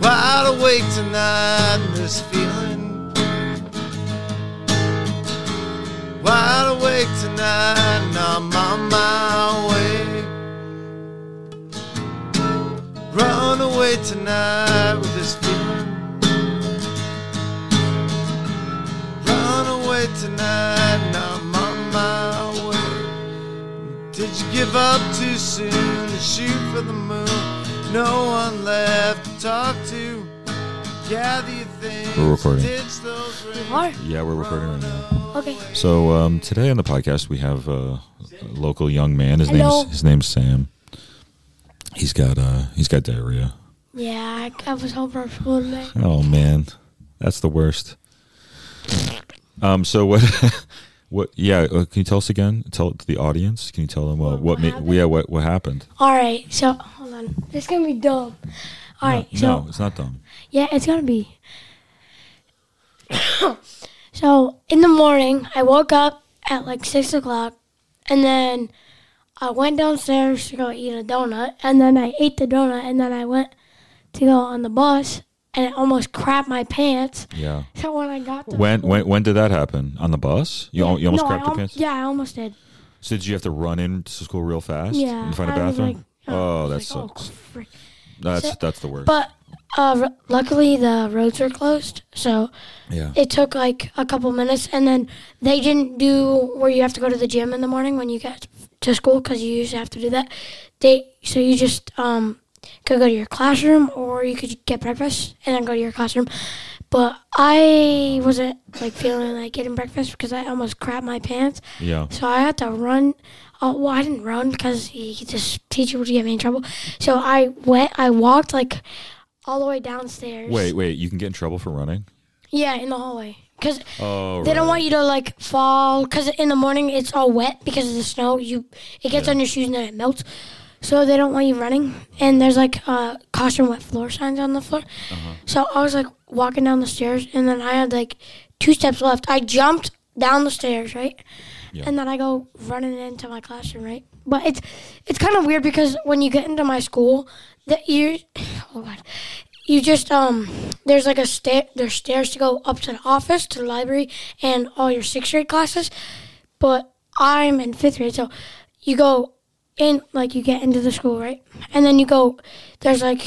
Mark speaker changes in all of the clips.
Speaker 1: wide awake tonight, and this feeling. Wide awake tonight, and I'm on my way. Run away tonight with this feeling. Run away tonight, and I'm on my way. Did you give up too soon to shoot for the moon? No one left to talk to. Gather your things.
Speaker 2: We're recording.
Speaker 1: ditch those rings.
Speaker 3: Are
Speaker 2: Yeah, we're recording right now.
Speaker 3: okay.
Speaker 2: So um, today on the podcast we have uh, a local young man. His
Speaker 3: Hello.
Speaker 2: name's his name's Sam. He's got uh he's got diarrhea.
Speaker 3: Yeah, I, I was home from school today.
Speaker 2: Oh man, that's the worst. Um. So what? what? Yeah. Uh, can you tell us again? Tell it to the audience. Can you tell them uh, what?
Speaker 3: What- what
Speaker 2: ma-
Speaker 3: happened?
Speaker 2: yeah. What? What happened?
Speaker 3: All right, so hold on. This is gonna be dumb. All right, so
Speaker 2: no, it's not dumb.
Speaker 3: yeah, it's gonna be. so in the morning, I woke up at like six o'clock, and then I went downstairs to go eat a donut, and then I ate the donut, and then I went to go on the bus, and I almost crapped my pants.
Speaker 2: Yeah.
Speaker 3: So when I got to
Speaker 2: When? When? When did that happen? On the bus? You, al- you almost
Speaker 3: no, I
Speaker 2: crapped your
Speaker 3: al-
Speaker 2: pants.
Speaker 3: Yeah, I almost did.
Speaker 2: So did you have to run into school real fast?
Speaker 3: Yeah,
Speaker 2: And find a
Speaker 3: I was
Speaker 2: bathroom.
Speaker 3: like- I
Speaker 2: oh, that
Speaker 3: was like,
Speaker 2: sucks.
Speaker 3: frick.
Speaker 2: That's
Speaker 3: So-
Speaker 2: that's the worst.
Speaker 3: But uh, r- luckily the roads were closed, so
Speaker 2: yeah.
Speaker 3: it took like a couple minutes. And then they didn't do where you have to go to the gym in the morning when you get to school because you usually have to do that. They so you just um could go to your classroom or you could get breakfast and then go to your classroom. But I wasn't like feeling like getting breakfast because I almost crapped my pants.
Speaker 2: yeah.
Speaker 3: So I had to run. Uh, well, I didn't run because he, this teacher would get me in trouble. So I went. I walked like all the way downstairs.
Speaker 2: Wait, wait. You can get in trouble for running.
Speaker 3: Yeah, in the hallway because
Speaker 2: Oh.
Speaker 3: they don't want you to like fall. Because in the morning it's all wet because of the snow. You it gets on your shoes and then it melts. So they don't want you running. And there's like uh, caution wet floor signs on the floor. So I was like walking down the stairs, and then I had like two steps left. I jumped down the stairs, right?
Speaker 2: Yeah.
Speaker 3: And then I go running into my classroom, right? But it's it's kind of weird because when you get into my school, that you oh god, you just um there's like a stair there's stairs to go up to the office to the library and all your sixth grade classes, but I'm in fifth grade, so you go in like you get into the school right and then you go there's like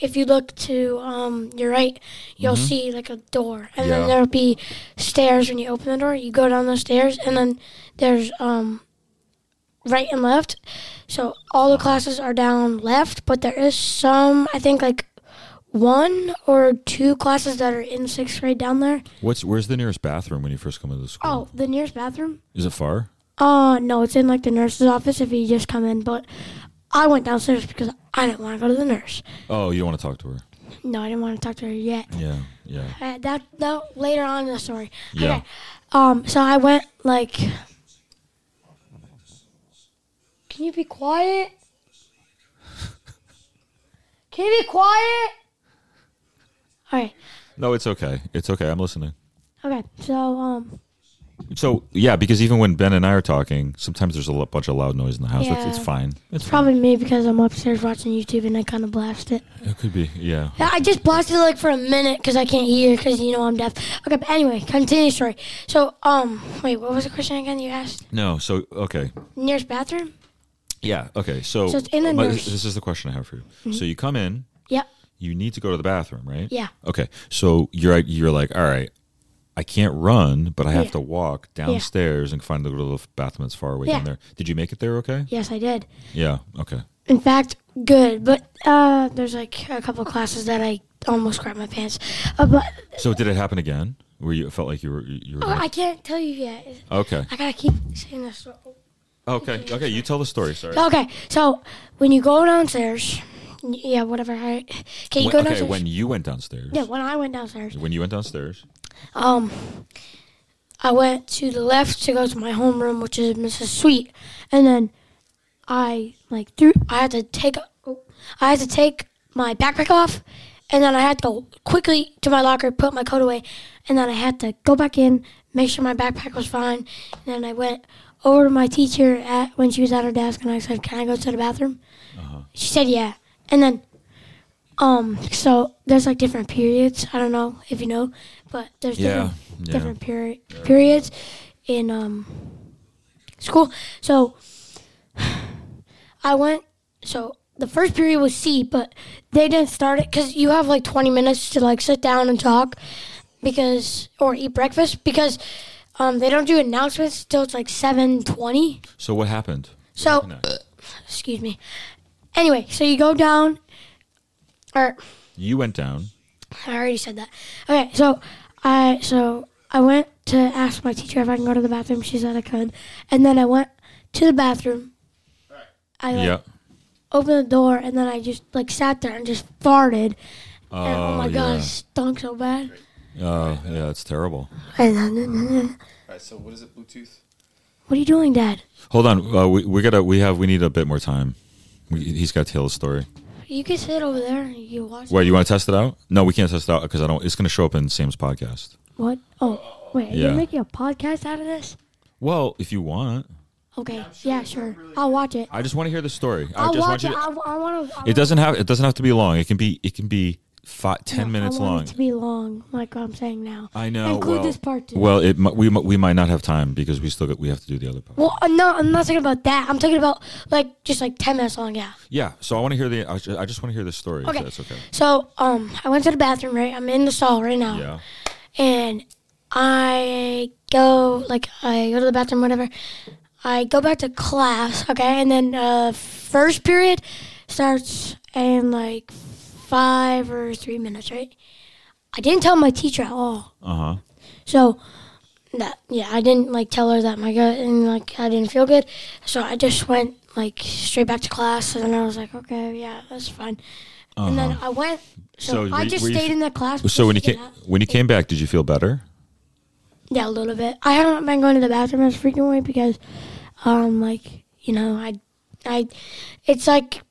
Speaker 3: if you look to um your right you'll see like a door and
Speaker 2: Yeah.
Speaker 3: then there'll be stairs when you open the door you go down the stairs and then there's um right and left so all the classes are down left but there is some i think like one or two classes that are in sixth grade down there
Speaker 2: What's where's the nearest bathroom when you first come into the school?
Speaker 3: oh the nearest bathroom
Speaker 2: Is it far?
Speaker 3: uh, no, it's in like the nurse's office if you just come in. But I went downstairs because I didn't want to go to the nurse.
Speaker 2: Oh, you don't want to talk to her.
Speaker 3: No, I didn't want to talk to her yet.
Speaker 2: Yeah. Yeah.
Speaker 3: Uh, that that later on in the story.
Speaker 2: Yeah.
Speaker 3: Okay. Um. So I went like. Can you be quiet? Can you be quiet? All right.
Speaker 2: No, it's okay. It's okay. I'm listening.
Speaker 3: Okay. So um.
Speaker 2: So yeah, because even when Ben and I are talking, sometimes there's a lo- bunch of loud noise in the house. It's, it's
Speaker 3: Yeah.
Speaker 2: fine. It's
Speaker 3: Probably me because I'm upstairs watching YouTube and I kind of blast it.
Speaker 2: fine. It could be. Yeah.
Speaker 3: Yeah, I just blasted like for a minute because I can't hear because you know I'm deaf. Okay, but anyway, continue story. So, um, wait, what was the question again? You asked
Speaker 2: No. So okay.
Speaker 3: nearest bathroom.
Speaker 2: Yeah. Okay. So,
Speaker 3: So it's in Mm-hmm. the
Speaker 2: my-
Speaker 3: nurse-
Speaker 2: this is the question I have for you. So you come in.
Speaker 3: Yep.
Speaker 2: you need to go to the bathroom, right?
Speaker 3: Yeah.
Speaker 2: Okay. So you're you're like, all right, I can't run, but I have
Speaker 3: Yeah.
Speaker 2: to walk downstairs and find the little bathroom that's far away
Speaker 3: Yeah.
Speaker 2: down there. Did you make it there? Okay.
Speaker 3: Yes, I did.
Speaker 2: Yeah. Okay.
Speaker 3: In fact, good. But uh, there's like a couple classes that I almost grabbed my pants. Uh, but
Speaker 2: So did it happen again? Where you it felt like you were you were?
Speaker 3: oh, I can't tell you yet.
Speaker 2: okay.
Speaker 3: I gotta keep saying this. story.
Speaker 2: Okay. Okay. You tell the story. Sorry.
Speaker 3: Okay, so when you go downstairs, yeah, whatever. I, can you
Speaker 2: When-
Speaker 3: go
Speaker 2: okay.
Speaker 3: downstairs?
Speaker 2: When you went downstairs.
Speaker 3: yeah, when I went downstairs.
Speaker 2: When you went downstairs.
Speaker 3: Um, I went to the left to go to my homeroom, which is Mrs. Sweet, and then I like threw. I had to take. oh, I had to take my backpack off, and then I had to quickly to my locker, put my coat away, and then I had to go back in, make sure my backpack was fine, and then I went over to my teacher at when she was at her desk, and I said, "Can I go to the bathroom?" She said, "Yeah," and then Um, so there's like different periods. I don't know if you know, but there's
Speaker 2: Yeah,
Speaker 3: different
Speaker 2: yeah.
Speaker 3: different peri- periods in um school. So I went. So the first period was C, but they didn't start it because you have like 20 minutes to like sit down and talk because or eat breakfast because um they don't do announcements till it's like 7:20.
Speaker 2: So what happened?
Speaker 3: So excuse me. Anyway, so you go down or
Speaker 2: You went down.
Speaker 3: I already said that. Okay, so I so I went to ask my teacher if I can go to the bathroom. She said I could, and then I went to the bathroom. I like,
Speaker 2: Yeah.
Speaker 3: opened the door, and then I just like sat there and just farted. and, oh
Speaker 2: Oh,
Speaker 3: my god,
Speaker 2: yeah.
Speaker 3: it stunk so bad.
Speaker 2: Oh, yeah, it's terrible.
Speaker 3: And then-
Speaker 1: All right, so what is it, Bluetooth?
Speaker 3: what are you doing, Dad?
Speaker 2: Hold on. Uh, we we gotta we have we need a bit more time. We, he's got to tell his story.
Speaker 3: You can sit over there and you watch.
Speaker 2: Wait, you want to test it out? No, we can't test it out because I don't. It's gonna show up in Sam's podcast.
Speaker 3: What? Oh, wait. Are
Speaker 2: Yeah.
Speaker 3: you making a podcast out of this?
Speaker 2: Well, if you want,
Speaker 3: Okay. Yeah, sure. I'll watch it.
Speaker 2: I just want to hear the story. I
Speaker 3: I'll
Speaker 2: just want
Speaker 3: watch
Speaker 2: you.
Speaker 3: it.
Speaker 2: To,
Speaker 3: I, want to.
Speaker 2: it doesn't have. It doesn't have to be long. It can be. It can be five, ten
Speaker 3: No,
Speaker 2: minutes
Speaker 3: I want
Speaker 2: long.
Speaker 3: It to be long, like what I'm saying now.
Speaker 2: I know.
Speaker 3: Include
Speaker 2: well,
Speaker 3: this part too.
Speaker 2: Well, it mi- we mi- we might not have time because we still got, we have to do the other part.
Speaker 3: Well, I'm not. I'm not talking about that. I'm talking about like just like ten minutes long. Yeah.
Speaker 2: Yeah. So I want to hear the. I ju- I just want to hear the story.
Speaker 3: Okay.
Speaker 2: If that's okay.
Speaker 3: So um, I went to the bathroom. Right. I'm in the stall right now.
Speaker 2: Yeah.
Speaker 3: And I go like I go to the bathroom, whatever. I go back to class. Okay. And then uh, first period starts in like five or three minutes. Right. I didn't tell my teacher at all.
Speaker 2: Uh huh.
Speaker 3: So that yeah, I didn't like tell her that my gut and like I didn't feel good. So I just went like straight back to class and then I was like, Okay, yeah, that's fine. And then I went so,
Speaker 2: Uh-huh. So were
Speaker 3: I
Speaker 2: you-
Speaker 3: just
Speaker 2: were you-
Speaker 3: stayed in that class.
Speaker 2: So when you
Speaker 3: just to
Speaker 2: came
Speaker 3: get out.
Speaker 2: when you came back, did you feel better?
Speaker 3: Yeah, a little bit. I haven't been going to the bathroom as frequently because um like, you know, I I it's like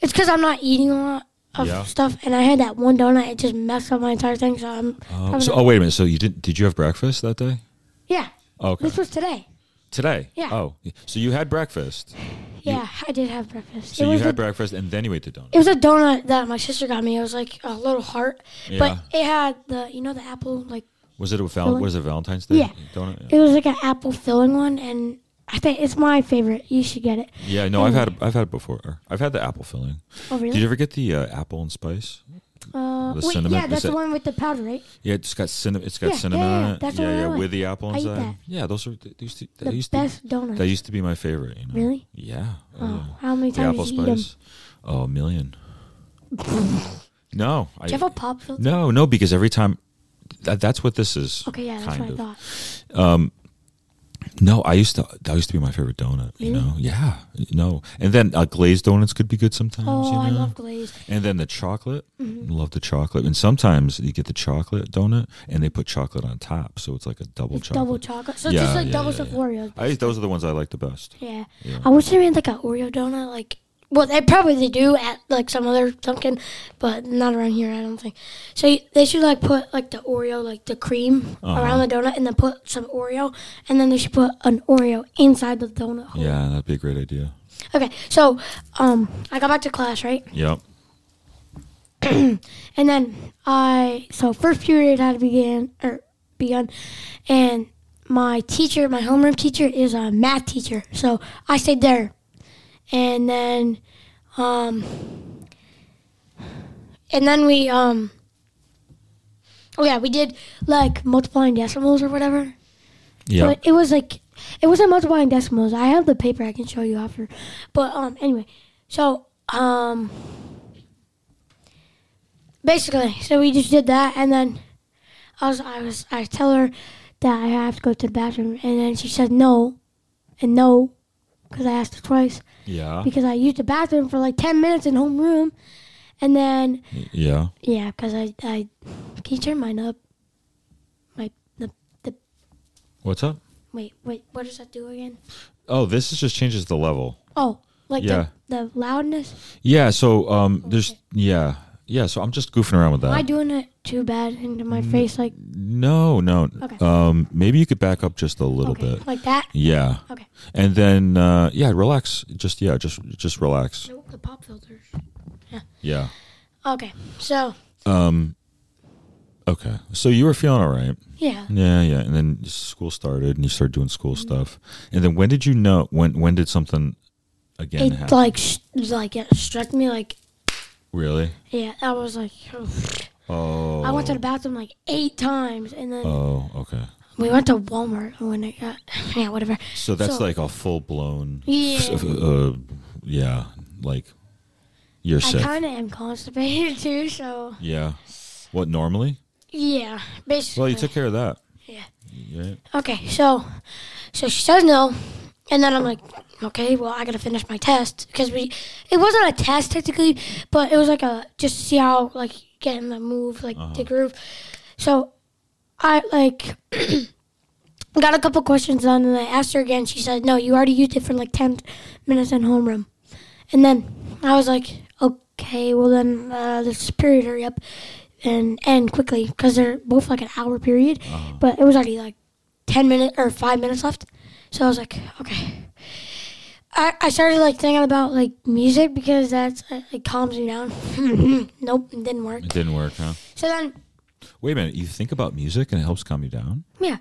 Speaker 3: it's because I'm not eating a lot of
Speaker 2: Yeah.
Speaker 3: stuff, and I had that one donut. It just messed up my entire thing. So I'm,
Speaker 2: Oh,
Speaker 3: I'm
Speaker 2: so,
Speaker 3: not-
Speaker 2: oh wait a minute. So you didn't? Did you have breakfast that day?
Speaker 3: yeah.
Speaker 2: Oh, okay.
Speaker 3: This was today.
Speaker 2: Today.
Speaker 3: Yeah.
Speaker 2: Oh, so you had breakfast.
Speaker 3: Yeah, I did have breakfast.
Speaker 2: So
Speaker 3: it
Speaker 2: you
Speaker 3: was
Speaker 2: had
Speaker 3: a,
Speaker 2: breakfast and then you ate the donut.
Speaker 3: it was a donut that my sister got me. It was like a little heart,
Speaker 2: Yeah.
Speaker 3: but it had the you know the apple like
Speaker 2: Was it a val-
Speaker 3: Filling.
Speaker 2: was it Valentine's Day
Speaker 3: Yeah.
Speaker 2: donut?
Speaker 3: it was like an apple filling one, and I think it's my favorite. You should get it.
Speaker 2: Yeah, no, I've had I've had it before. I've had the apple filling.
Speaker 3: Oh really?
Speaker 2: Did you ever get the uh, apple and spice?
Speaker 3: uh,
Speaker 2: the
Speaker 3: wait,
Speaker 2: cinnamon-
Speaker 3: yeah, that's
Speaker 2: is it-
Speaker 3: the one with the powder, right?
Speaker 2: Yeah, it's got cinnamon. It's got
Speaker 3: Yeah,
Speaker 2: cinnamon
Speaker 3: yeah,
Speaker 2: on
Speaker 3: yeah,
Speaker 2: it.
Speaker 3: that's the
Speaker 2: yeah,
Speaker 3: one I
Speaker 2: yeah,
Speaker 3: like.
Speaker 2: with the apple
Speaker 3: I eat
Speaker 2: inside.
Speaker 3: that.
Speaker 2: Yeah, those are they used to that
Speaker 3: The
Speaker 2: used
Speaker 3: best
Speaker 2: to
Speaker 3: donut.
Speaker 2: that used to be my favorite. You know?
Speaker 3: Really?
Speaker 2: Yeah. Oh,
Speaker 3: Oh, how many
Speaker 2: the
Speaker 3: times
Speaker 2: apple
Speaker 3: did you eat 'em?
Speaker 2: spice. Oh, a million. no, I
Speaker 3: Do you have a pop filter?
Speaker 2: no no because every time that, that's what this is.
Speaker 3: Okay, yeah, that's
Speaker 2: kind
Speaker 3: what I
Speaker 2: of.
Speaker 3: thought.
Speaker 2: No, I used to. That used to be my favorite donut. You
Speaker 3: Really?
Speaker 2: know, yeah, no. And then uh, glazed donuts could be good sometimes.
Speaker 3: Oh,
Speaker 2: you know?
Speaker 3: I love Mm-hmm. glazed.
Speaker 2: And then the chocolate, love the chocolate. And sometimes you get the chocolate donut, and they put chocolate on top, so it's like a double
Speaker 3: It's
Speaker 2: chocolate.
Speaker 3: double chocolate, so it's just like double stuff Oreos.
Speaker 2: I those are the ones I like the best.
Speaker 3: Yeah.
Speaker 2: Yeah.
Speaker 3: I wish they made like an Oreo donut. Like, well, they probably they do at like some other pumpkin, but not around here. I don't think. So you, they should like put like the Oreo, like the cream
Speaker 2: Uh-huh.
Speaker 3: around the donut, and then put some Oreo, and then they should put an Oreo inside the donut hole.
Speaker 2: Yeah, that'd be a great idea.
Speaker 3: Okay. So, um, I got back to class right,
Speaker 2: Yep.
Speaker 3: and then I so first period had to begin or begun, and my teacher, my homeroom teacher, is a math teacher. So I stayed there, and then, um, and then we, um, oh yeah, we did like multiplying decimals or whatever.
Speaker 2: Yeah.
Speaker 3: But it was like it wasn't multiplying decimals. I have the paper I can show you after. But um anyway, so um basically, so we just did that and then I was I was I tell her that I have to go to the bathroom and then she said no and no cuz I asked her twice
Speaker 2: Yeah.
Speaker 3: because I used the bathroom for like 10 minutes in homeroom and then
Speaker 2: Yeah.
Speaker 3: yeah, cuz I I can you turn mine up my the the
Speaker 2: What's up?
Speaker 3: wait wait what does that do again?
Speaker 2: Oh, this is just changes the level.
Speaker 3: Oh, like
Speaker 2: Yeah.
Speaker 3: the, the loudness?
Speaker 2: Yeah. So um,
Speaker 3: Oh,
Speaker 2: there's yeah yeah. So I'm just goofing around with that.
Speaker 3: Am I doing it too bad into my
Speaker 2: Mm,
Speaker 3: face? Like,
Speaker 2: no, no.
Speaker 3: Okay.
Speaker 2: Um, maybe you could back up just a little
Speaker 3: okay,
Speaker 2: bit.
Speaker 3: like that?
Speaker 2: Yeah.
Speaker 3: Okay.
Speaker 2: And then uh, yeah, relax. Just yeah, just just relax.
Speaker 3: Nope, the pop filters.
Speaker 2: Yeah.
Speaker 3: Okay, so
Speaker 2: Um, okay, so you were feeling all right.
Speaker 3: yeah,
Speaker 2: Yeah, yeah. And then school started, and you started doing school
Speaker 3: Mm-hmm.
Speaker 2: stuff. And then when did you know? When when did something again
Speaker 3: it
Speaker 2: happen?
Speaker 3: like sh- like it struck me like
Speaker 2: really?
Speaker 3: yeah, I was like,
Speaker 2: Oh.
Speaker 3: I went to the bathroom like eight times, and then
Speaker 2: Oh, okay.
Speaker 3: we went to Walmart when it got yeah whatever.
Speaker 2: So that's
Speaker 3: So-
Speaker 2: like a full blown.
Speaker 3: Yeah.
Speaker 2: Uh, yeah, like you're
Speaker 3: I
Speaker 2: sick.
Speaker 3: kind of am constipated too, so
Speaker 2: yeah. What normally?
Speaker 3: yeah, basically.
Speaker 2: Well, you took care of that.
Speaker 3: Yeah.
Speaker 2: Right?
Speaker 3: Okay, so so she says no, and then I'm like, okay, well I gotta finish my test because we it wasn't a test technically, but it was like a just to see how like get in the move like the groove. So I like got a couple questions done, and I asked her again. She said no, you already used it for like ten minutes in homeroom, and then I was like, okay, well then uh, this period hurry up. And end quickly because they're both like an hour period, but it was already like 10 minutes or five minutes left. So I was like, okay. I, I started like thinking about like music because that's uh, it calms me down. nope, it didn't work.
Speaker 2: It didn't work, huh?
Speaker 3: So then,
Speaker 2: Wait a minute. You think about music and it helps calm you down?
Speaker 3: yeah,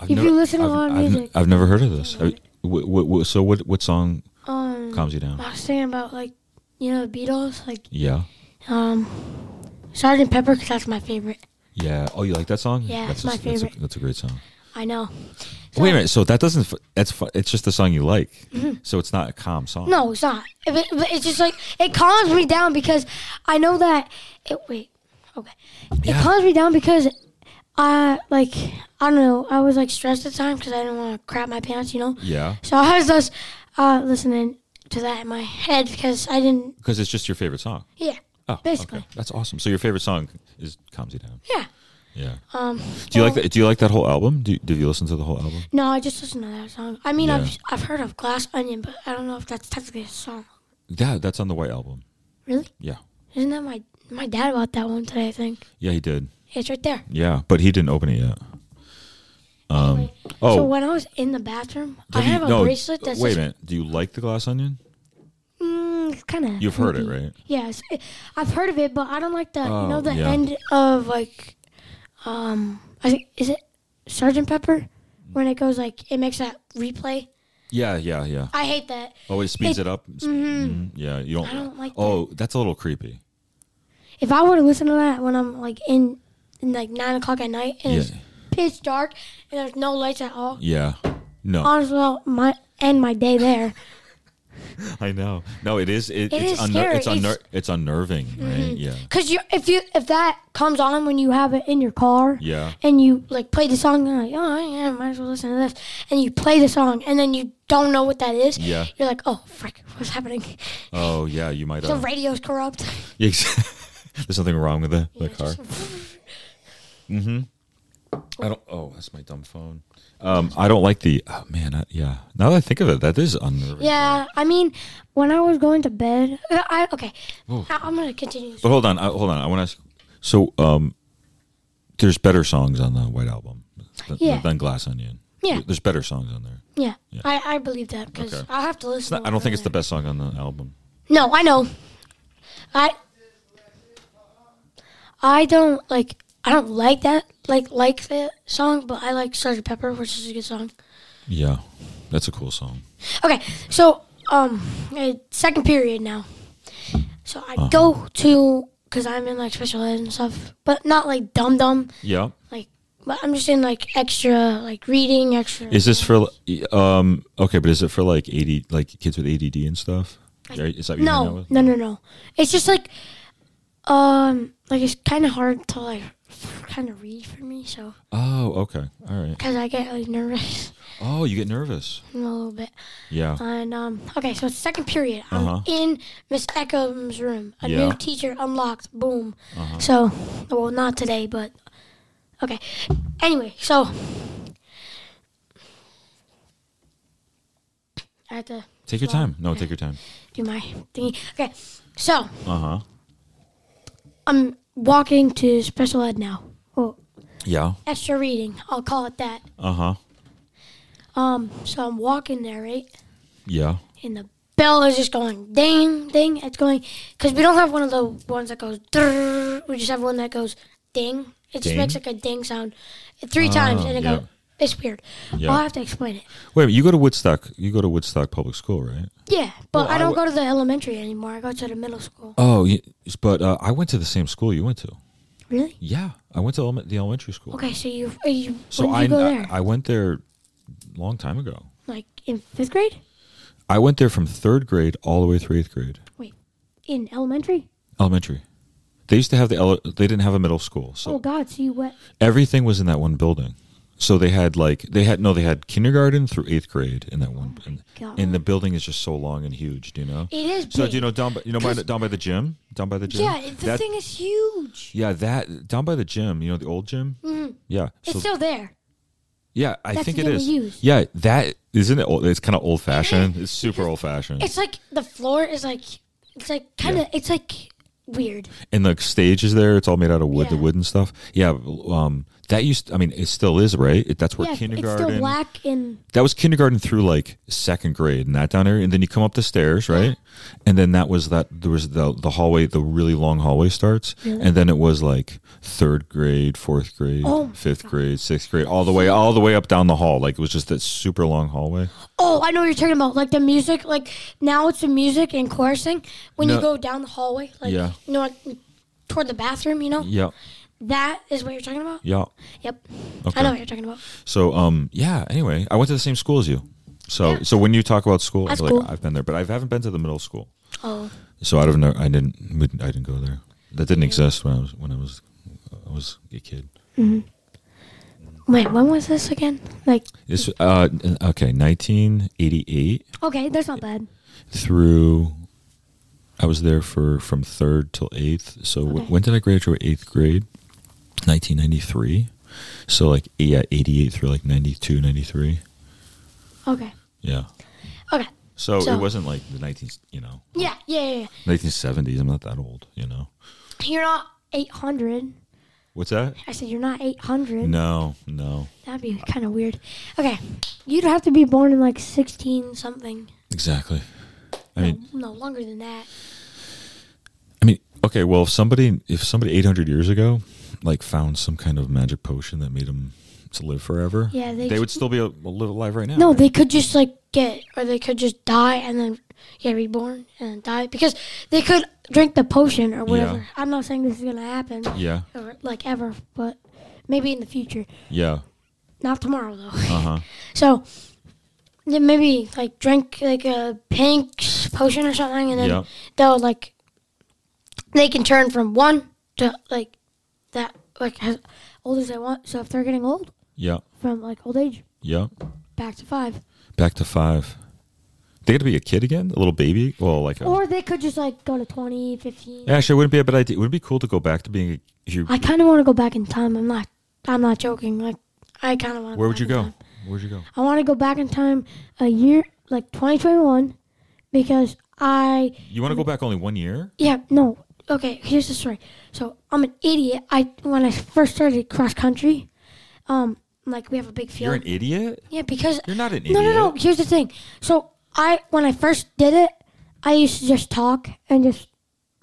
Speaker 2: I've
Speaker 3: If you listen to a lot of
Speaker 2: I've,
Speaker 3: music.
Speaker 2: I've never heard of this. I, wh- wh- wh- so what? What song
Speaker 3: um,
Speaker 2: calms you down?
Speaker 3: I was thinking about like you know the Beatles, like
Speaker 2: Yeah.
Speaker 3: um, Sergeant Pepper because that's my favorite.
Speaker 2: Yeah. Oh, you like that song?
Speaker 3: Yeah,
Speaker 2: that's
Speaker 3: it's
Speaker 2: a,
Speaker 3: my
Speaker 2: that's a- That's
Speaker 3: favorite.
Speaker 2: a, great song.
Speaker 3: I know.
Speaker 2: Wait a minute. So that doesn't. f- That's. fu- It's just the song you like. So it's not a calm song.
Speaker 3: Mm-hmm. No, it's not. If it- but it's just like it calms me down because I know that it. Wait, okay. It
Speaker 2: Yeah.
Speaker 3: calms me down because I like I don't know. I was like stressed at the time because I didn't want to crap my pants, you know.
Speaker 2: Yeah.
Speaker 3: So I was just uh, listening to that in my head because I didn't.
Speaker 2: Because it's just your favorite song.
Speaker 3: Yeah,
Speaker 2: Oh,
Speaker 3: Basically.
Speaker 2: okay. that's awesome. So your favorite song is calms you down.
Speaker 3: yeah.
Speaker 2: Yeah.
Speaker 3: Um,
Speaker 2: Do you
Speaker 3: well,
Speaker 2: like that? Do you like that whole album? Do you, did you listen to the whole album?
Speaker 3: No, I just listened to that song. I mean, I've
Speaker 2: Yeah.
Speaker 3: I've heard of Glass Onion, but I don't know if that's technically a song.
Speaker 2: Yeah, that's on the White album.
Speaker 3: Really?
Speaker 2: Yeah.
Speaker 3: Isn't that my my dad bought that one today? I think
Speaker 2: Yeah, he did.
Speaker 3: it's right there.
Speaker 2: Yeah, but he didn't open it yet. Um.
Speaker 3: Anyway,
Speaker 2: Oh.
Speaker 3: So when I was in the bathroom, I
Speaker 2: have you-
Speaker 3: have a
Speaker 2: no,
Speaker 3: bracelet that's
Speaker 2: Wait a minute. Do you like the glass onion?
Speaker 3: kind of.
Speaker 2: You've heard it,
Speaker 3: Mm-hmm.
Speaker 2: right?
Speaker 3: Yes, it- I've heard of it, but I don't like the you
Speaker 2: Oh,
Speaker 3: know the
Speaker 2: yeah.
Speaker 3: end of like, um, I think is it Sergeant Pepper when it goes like it makes that replay.
Speaker 2: Yeah, yeah, yeah.
Speaker 3: I hate that. Mm-hmm.
Speaker 2: Oh, it speeds it,
Speaker 3: It- Mm.
Speaker 2: up. It's- mhm. Yeah, you don't.
Speaker 3: I don't like
Speaker 2: oh, that's a little creepy.
Speaker 3: If I were to listen to that when I'm like in, in like nine o'clock at night and it's
Speaker 2: Yeah.
Speaker 3: pitch dark and there's no lights at all,
Speaker 2: Yeah. No,
Speaker 3: honestly, I'll my end my day there.
Speaker 2: I know. No, it is. It,
Speaker 3: It
Speaker 2: it's
Speaker 3: is
Speaker 2: unner-
Speaker 3: scary.
Speaker 2: It's, unner-
Speaker 3: It's- Mm-hmm.
Speaker 2: it's unnerving, right? Yeah.
Speaker 3: Cause you, if you, if that comes on when you have it in your car,
Speaker 2: Yeah.
Speaker 3: and you like play the song, and you're like, oh yeah, might as well listen to this, and you play the song, and then you don't know what that is.
Speaker 2: Yeah.
Speaker 3: You're like, oh frick, what's happening?
Speaker 2: Oh, yeah. You might.
Speaker 3: The
Speaker 2: Uh,
Speaker 3: radio's corrupt.
Speaker 2: There's something wrong with the, the
Speaker 3: It's
Speaker 2: car.
Speaker 3: just-
Speaker 2: I don't. Oh, that's my dumb phone. Um, I don't like the. Oh man, I, yeah. Now that I think of it, that is unnerving.
Speaker 3: yeah, I mean, when I was going to bed, uh, I okay, I, I'm gonna continue.
Speaker 2: But hold on, I, hold on. I want to ask. So, um, there's better songs on the White Album than,
Speaker 3: Yeah.
Speaker 2: than Glass Onion.
Speaker 3: Yeah.
Speaker 2: There's better songs on there.
Speaker 3: Yeah,
Speaker 2: Yeah.
Speaker 3: I, I believe that because
Speaker 2: Okay.
Speaker 3: I'll have to listen.
Speaker 2: It's not,
Speaker 3: to
Speaker 2: I
Speaker 3: it
Speaker 2: don't think it's the
Speaker 3: later.
Speaker 2: best song on the album.
Speaker 3: No, I know. I I don't like I don't like that like like the song, but I like Sgt. Pepper, which is a good song.
Speaker 2: Yeah, that's a cool song.
Speaker 3: Okay, so um, uh, second period now. So
Speaker 2: Uh-huh.
Speaker 3: I go to because I'm in like special ed and stuff, but not like dumb dumb
Speaker 2: Yeah.
Speaker 3: like. But I'm just in like extra like reading extra.
Speaker 2: Is this for um okay, but is it for like AD like kids with ADD and stuff? Right? Is that what you're hanging out
Speaker 3: no
Speaker 2: with?
Speaker 3: no no no? It's just like um like it's kind of hard to like kind of read for me so
Speaker 2: Oh, okay. All right.
Speaker 3: because I get like nervous
Speaker 2: Oh, you get nervous.
Speaker 3: a little bit.
Speaker 2: Yeah.
Speaker 3: And um, okay, so it's second period.
Speaker 2: Uh-huh.
Speaker 3: I'm in Miss Eckham's room. A
Speaker 2: Yeah. Uh-huh.
Speaker 3: new teacher unlocked. Boom. So, well, not today, but okay. Anyway, so I have to
Speaker 2: Take your time. No, take your time.
Speaker 3: do my thingy. Okay, so
Speaker 2: Uh-huh.
Speaker 3: I'm walking to special ed now. Oh,
Speaker 2: Yeah.
Speaker 3: extra reading. I'll call it that.
Speaker 2: Uh-huh.
Speaker 3: Um, so I'm walking there, right?
Speaker 2: Yeah.
Speaker 3: And the bell is just going ding, ding. It's going because we don't have one of the ones that goes. drrrr. We just have one that goes ding. It just
Speaker 2: Ding?
Speaker 3: makes like a ding sound three times,
Speaker 2: Oh,
Speaker 3: and it
Speaker 2: yeah.
Speaker 3: goes. It's weird.
Speaker 2: Yeah.
Speaker 3: I'll have to explain it.
Speaker 2: Wait, a minute, you go to Woodstock. You go to Woodstock Public School, right?
Speaker 3: Yeah, but
Speaker 2: Well,
Speaker 3: I
Speaker 2: I w-
Speaker 3: don't go to the elementary anymore. I go to the middle school.
Speaker 2: Oh, ye- but uh, I went to the same school you went to.
Speaker 3: Really?
Speaker 2: Yeah, I went to eleme- the elementary school.
Speaker 3: Okay, so you uh, you
Speaker 2: So
Speaker 3: when
Speaker 2: I,
Speaker 3: did you go
Speaker 2: I
Speaker 3: there?
Speaker 2: I went there a long time ago.
Speaker 3: like in fifth grade?
Speaker 2: I went there from third grade all the way through eighth grade.
Speaker 3: Wait, in elementary?
Speaker 2: Elementary. They used to have the ele- they didn't have a middle school, so
Speaker 3: Oh God, so you went
Speaker 2: everything was in that one building. So they had like they had no they had kindergarten through eighth grade in that one. and,
Speaker 3: Oh God.
Speaker 2: and the building is just so long and huge, do you know?
Speaker 3: It is
Speaker 2: So
Speaker 3: big.
Speaker 2: do you know down by you know by the,
Speaker 3: 'Cause-
Speaker 2: down by the gym, down by the gym.
Speaker 3: Yeah, it- the
Speaker 2: That-
Speaker 3: thing is huge.
Speaker 2: Yeah, that down by the gym, you know the old gym. Yeah,
Speaker 3: Mm-hmm. It's
Speaker 2: so-
Speaker 3: still there.
Speaker 2: yeah, I
Speaker 3: that's
Speaker 2: think
Speaker 3: the
Speaker 2: it
Speaker 3: gym
Speaker 2: is.
Speaker 3: we use.
Speaker 2: Yeah, that isn't it. Old, it's kind of old fashioned. It's super old fashioned.
Speaker 3: It's like the floor is like it's like kind of it's like weird.
Speaker 2: and the stage is there. It's all made out of wood, the
Speaker 3: Yeah.
Speaker 2: wooden stuff. Yeah, um, that used. I mean, it still is, right? It, that's where
Speaker 3: yeah,
Speaker 2: kindergarten.
Speaker 3: it's still black and
Speaker 2: That was kindergarten through like second grade in that down area, and then you come up the stairs, right? And then that was that. There was the the hallway, the really long hallway starts, and then it was like third grade, fourth grade,
Speaker 3: Oh my
Speaker 2: fifth grade, sixth grade, all the way, all the way up down the hall. Like it was just that super long hallway.
Speaker 3: oh, I know what you're talking about. Like the music, like now it's the music and chorusing when you
Speaker 2: No.
Speaker 3: go down the hallway, like
Speaker 2: Yeah.
Speaker 3: you know, like, toward the bathroom. You know,
Speaker 2: Yeah,
Speaker 3: that is what you're talking about.
Speaker 2: yeah.
Speaker 3: Yep,
Speaker 2: Okay.
Speaker 3: I know what you're talking about.
Speaker 2: So um yeah, anyway, I went to the same school as you. So
Speaker 3: Yeah.
Speaker 2: so when you talk about school,
Speaker 3: That's
Speaker 2: like,
Speaker 3: cool.
Speaker 2: I've been there, but I haven't been to the middle school.
Speaker 3: Oh,
Speaker 2: So I don't know. I didn't. we didn't- I didn't go there. That didn't exist when I was when I was I was a kid.
Speaker 3: wait, when was this again? Like,
Speaker 2: This uh okay, 1988
Speaker 3: okay, that's not bad.
Speaker 2: through. I was there for from third till eighth. So wh-
Speaker 3: Okay.
Speaker 2: when did I graduate eighth grade? 1993. So like yeah, 88 through like 92, 93.
Speaker 3: Okay,
Speaker 2: Yeah.
Speaker 3: okay,
Speaker 2: So,
Speaker 3: So-
Speaker 2: it wasn't like the 19s, you know,
Speaker 3: yeah, yeah, yeah. yeah.
Speaker 2: 1970s. I'm not that old, you know.
Speaker 3: You're not 800.
Speaker 2: What's that?
Speaker 3: I said you're not 800.
Speaker 2: No, no.
Speaker 3: That'd be kind of weird. Okay, you'd have to be born in like 16 something.
Speaker 2: Exactly. I mean,
Speaker 3: no, longer than that.
Speaker 2: I mean, okay. Well, if somebody, if somebody 800 years ago, like found some kind of magic potion that made them to live forever,
Speaker 3: Yeah, they
Speaker 2: they,
Speaker 3: c-
Speaker 2: would still be a, a little alive right now.
Speaker 3: No,
Speaker 2: right?
Speaker 3: they could just like get, or they could just die and then get reborn and then die because they could drink the potion or whatever.
Speaker 2: Yeah.
Speaker 3: I'm not saying this is gonna happen,
Speaker 2: yeah,
Speaker 3: or, like ever, but maybe in the future.
Speaker 2: yeah,
Speaker 3: Not tomorrow though.
Speaker 2: uh huh,
Speaker 3: So yeah, maybe like drink like a pink potion or something, and then
Speaker 2: Yeah.
Speaker 3: they'll like they can turn from one to like that like as old as they want. So if they're getting old
Speaker 2: yeah,
Speaker 3: from like old age,
Speaker 2: yeah.
Speaker 3: back to five,
Speaker 2: Back to five. They got to be a kid again, a little baby. Well, like a,
Speaker 3: or they could just like go to 20, 15.
Speaker 2: actually, it wouldn't be a bad idea. It would be cool to go back to being. A, if you,
Speaker 3: I kind of want to go back in time. I'm not. I'm not joking. Like I kind of want.
Speaker 2: where would you go? Where'd you go?
Speaker 3: I want to go back in time a year like 2021 because I
Speaker 2: You want to go back only one year?
Speaker 3: Yeah, no. Okay, here's the story. So I'm an idiot. I when I first started cross country, um, like we have a big field.
Speaker 2: You're an idiot.
Speaker 3: yeah, because
Speaker 2: You're not an
Speaker 3: no,
Speaker 2: idiot.
Speaker 3: no, no. Here's the thing. So I when I first did it, I used to just talk and just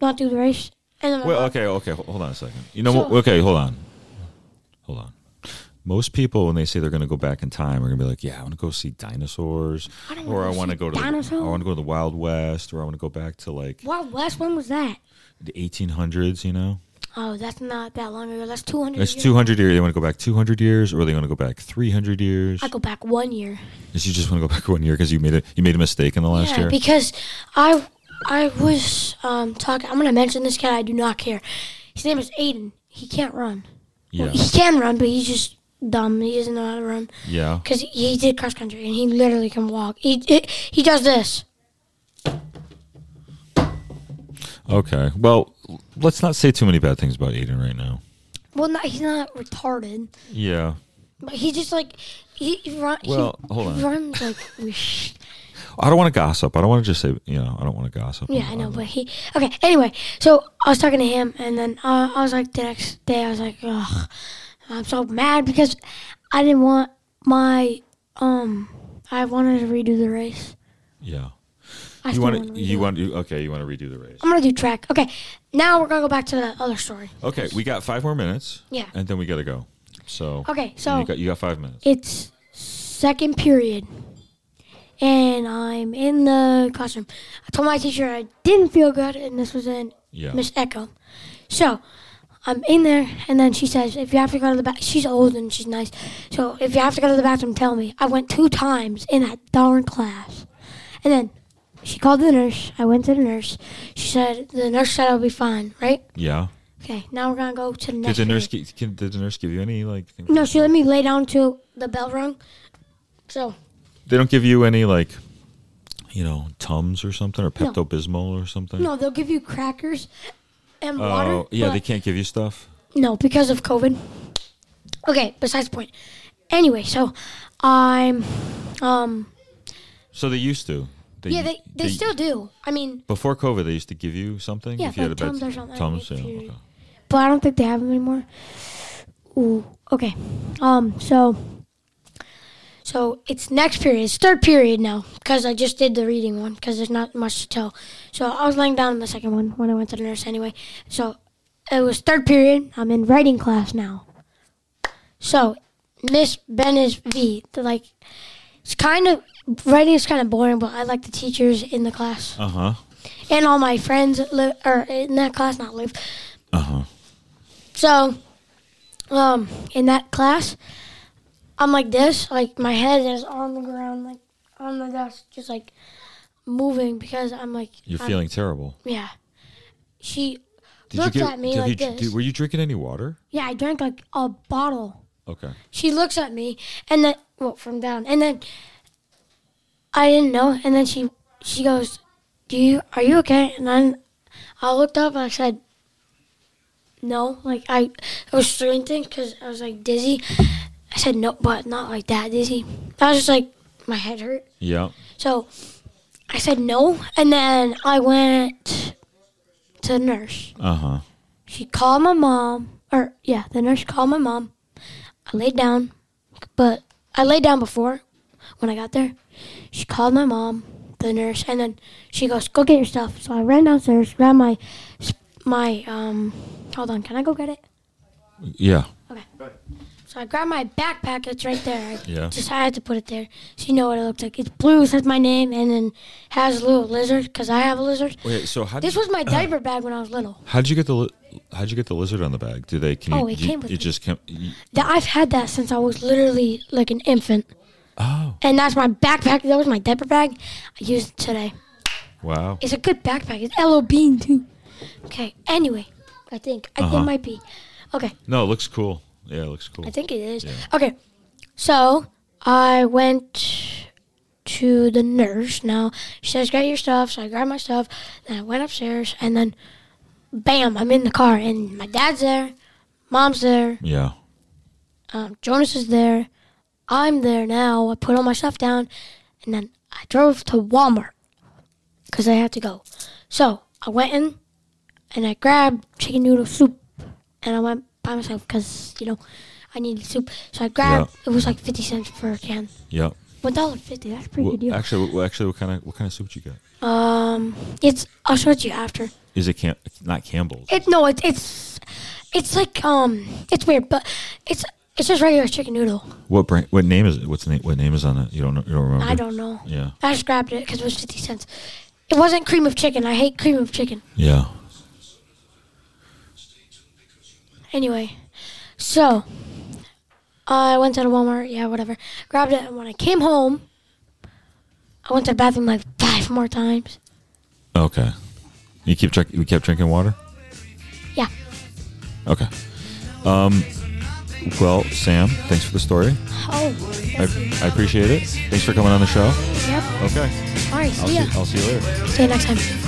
Speaker 3: not do the race. And then my
Speaker 2: Well,
Speaker 3: mom-
Speaker 2: okay, okay. ho- Hold on a second. You know,
Speaker 3: So-
Speaker 2: what okay, hold on, hold on. Most people, when they say they're going to go back in time, are going to be like, "Yeah, I want to go see dinosaurs,"
Speaker 3: I don't
Speaker 2: or
Speaker 3: wanna
Speaker 2: "I
Speaker 3: go
Speaker 2: want to
Speaker 3: see
Speaker 2: go to the,
Speaker 3: dinosaurs."
Speaker 2: I want to go to the Wild West," or "I want to go back to like
Speaker 3: Wild West. When was that?
Speaker 2: the 1800s." You know,
Speaker 3: Oh, that's not that long ago. That's 200.
Speaker 2: it's
Speaker 3: years.
Speaker 2: 200 years. They want to go back 200 years, or they want to go back 300 years.
Speaker 3: I go back one year.
Speaker 2: Is you just want to go back one year because you made it, you made a mistake in the last
Speaker 3: Yeah,
Speaker 2: year.
Speaker 3: because I I was um talking. I'm gonna mention this guy. I do not care. His name is Aiden. He can't run.
Speaker 2: yeah,
Speaker 3: He can run, but he's just dumb. He doesn't know how to run
Speaker 2: yeah.
Speaker 3: because he did cross country and he literally can walk. He he, he does this.
Speaker 2: Okay. Well, l- let's not say too many bad things about Aiden right now.
Speaker 3: Well, not, he's not retarded,
Speaker 2: Yeah.
Speaker 3: but he just like he, he, run, he-
Speaker 2: Well, hold on.
Speaker 3: he runs like whoosh.
Speaker 2: I don't want to gossip. I don't want to just say, you know, I don't want to gossip.
Speaker 3: yeah, I know,
Speaker 2: Um,
Speaker 3: but he okay. Anyway, so I was talking to him, and then uh, I was like the next day, I was like, Ugh, I'm so mad because I didn't want my um I wanted to redo the race.
Speaker 2: Yeah.
Speaker 3: I
Speaker 2: you
Speaker 3: still
Speaker 2: want
Speaker 3: wanna
Speaker 2: to? You
Speaker 3: redo it.
Speaker 2: want to? Okay, you want to redo the race?
Speaker 3: I'm gonna do track. Okay, now we're gonna go back to the other story.
Speaker 2: Okay, we got five more minutes.
Speaker 3: Yeah.
Speaker 2: and then we gotta go. So
Speaker 3: Okay, so-
Speaker 2: you got you got five minutes.
Speaker 3: It's second period, and I'm in the classroom. I told my teacher I didn't feel good, and this was in
Speaker 2: Yeah.
Speaker 3: Miss Echo. So I'm in there, and then she says, "If you have to go to the bathroom, she's old and she's nice. So if you have to go to the bathroom, tell me." I went two times in that darn class, and then she called the nurse. I went to the nurse. She said the nurse said I'll be fine, right?
Speaker 2: Yeah.
Speaker 3: Okay, now we're gonna go to the
Speaker 2: Did
Speaker 3: next.
Speaker 2: the nurse
Speaker 3: period.
Speaker 2: gi- can, did the nurse give you any like?
Speaker 3: No, she let me lay down till the bell rung. So
Speaker 2: They don't give you any like, you know, Tums or something or
Speaker 3: No.
Speaker 2: Pepto Bismol or something.
Speaker 3: no, they'll give you crackers and
Speaker 2: Oh
Speaker 3: water.
Speaker 2: yeah,
Speaker 3: but
Speaker 2: they can't give you stuff.
Speaker 3: No, because of COVID. Okay, besides the point. Anyway, so I'm um
Speaker 2: So they used to. They,
Speaker 3: yeah, they, they still do. I mean,
Speaker 2: Before COVID, they used to give you something
Speaker 3: Yeah,
Speaker 2: if you had a
Speaker 3: like
Speaker 2: bad
Speaker 3: Tums or something,
Speaker 2: Tums,
Speaker 3: if
Speaker 2: yeah,
Speaker 3: you-
Speaker 2: okay.
Speaker 3: but I don't think they have them anymore. Ooh, okay. Um so so it's next period, it's third period now because I just did the reading one because there's not much to tell. So I was laying down in the second one when I went to the nurse anyway. So it was third period. I'm in writing class now. So Miss Benes V, the, like it's kind of writing is kind of boring, but I like the teachers in the class.
Speaker 2: Uh huh.
Speaker 3: and all my friends live or in that class not live
Speaker 2: Uh huh.
Speaker 3: so um in that class i'm like this like my head is on the ground like on the desk just like moving because i'm like
Speaker 2: You're
Speaker 3: I'm-
Speaker 2: feeling terrible.
Speaker 3: yeah she
Speaker 2: Did
Speaker 3: looked
Speaker 2: you get,
Speaker 3: at me
Speaker 2: did
Speaker 3: like
Speaker 2: you,
Speaker 3: this
Speaker 2: did- were you drinking any water?
Speaker 3: yeah i drank like a bottle
Speaker 2: Okay.
Speaker 3: she looks at me and then well from down and then i didn't know and then she she goes do you are you okay and then i looked up and i said no like i i was fainting because i was like dizzy i said no but not like that dizzy i was just like my head hurt
Speaker 2: Yeah.
Speaker 3: so i said no and then i went to the nurse
Speaker 2: Uh huh.
Speaker 3: she called my mom, or yeah, the nurse called my mom. I laid down, but I laid down before when I got there. She called my mom, the nurse, and then she goes, "Go get your stuff." So I ran downstairs, grabbed my my um. Hold on, can I go get it?
Speaker 2: Yeah.
Speaker 3: So I grabbed my backpack. It's right there. I
Speaker 2: Yeah.
Speaker 3: just I had to put it there, so you know what it looks like. It's blue, says my name, and then has a little lizard because I have a lizard.
Speaker 2: Wait. So how
Speaker 3: This was my diaper bag when I was little.
Speaker 2: How'd you get the li- How'd you get the lizard on the bag? Do they? Can you,
Speaker 3: Oh, it
Speaker 2: you-
Speaker 3: came with
Speaker 2: It
Speaker 3: me.
Speaker 2: just came. You,
Speaker 3: That I've had that since I was literally like an infant.
Speaker 2: oh.
Speaker 3: And that's my backpack. That was my diaper bag. I used it today.
Speaker 2: Wow.
Speaker 3: It's a good backpack. It's LO Bean too. Okay. Anyway, I think I think
Speaker 2: Uh-huh.
Speaker 3: it might be. Okay.
Speaker 2: No, it looks cool. Yeah, it looks cool.
Speaker 3: I think it is.
Speaker 2: Yeah.
Speaker 3: Okay. So I went to the nurse. Now she says, "Get your stuff." So I grabbed my stuff. Then I went upstairs, and then, bam! I'm in the car, and my dad's there, mom's there,
Speaker 2: yeah.
Speaker 3: um, Jonas is there. I'm there now. I put all my stuff down, and then I drove to Walmart because I had to go. So I went in, and I grabbed chicken noodle soup, and I went by myself because you know I needed soup. So I grabbed. It was like fifty cents per can.
Speaker 2: Yeah.
Speaker 3: One dollar fifty. That's a pretty
Speaker 2: Well,
Speaker 3: good deal.
Speaker 2: actually, well, actually, what kind of what kind of soup you got?
Speaker 3: um, it's. I'll show it to you after.
Speaker 2: Is it Cam- it's not Campbell's?
Speaker 3: It no. It's it's it's like um. It's weird, but it's it's just regular chicken noodle.
Speaker 2: what brand? What name is it? What's the name? What name is on it? You don't know, you don't remember?
Speaker 3: I don't know.
Speaker 2: Yeah.
Speaker 3: I just grabbed it because it was 50 cents. It wasn't cream of chicken. I hate cream of chicken.
Speaker 2: Yeah.
Speaker 3: Anyway, so I went to the Walmart, yeah, whatever. Grabbed it, and when I came home, I went to the bathroom like five more times.
Speaker 2: Okay. You keep drink- we kept drinking water.
Speaker 3: Yeah.
Speaker 2: Okay. Um. Well, Sam, thanks for the story.
Speaker 3: Oh,
Speaker 2: I, I appreciate it. Thanks for coming on the show.
Speaker 3: yep.
Speaker 2: Okay.
Speaker 3: All right,
Speaker 2: I'll
Speaker 3: see ya.
Speaker 2: see, I'll see you later.
Speaker 3: See you next time.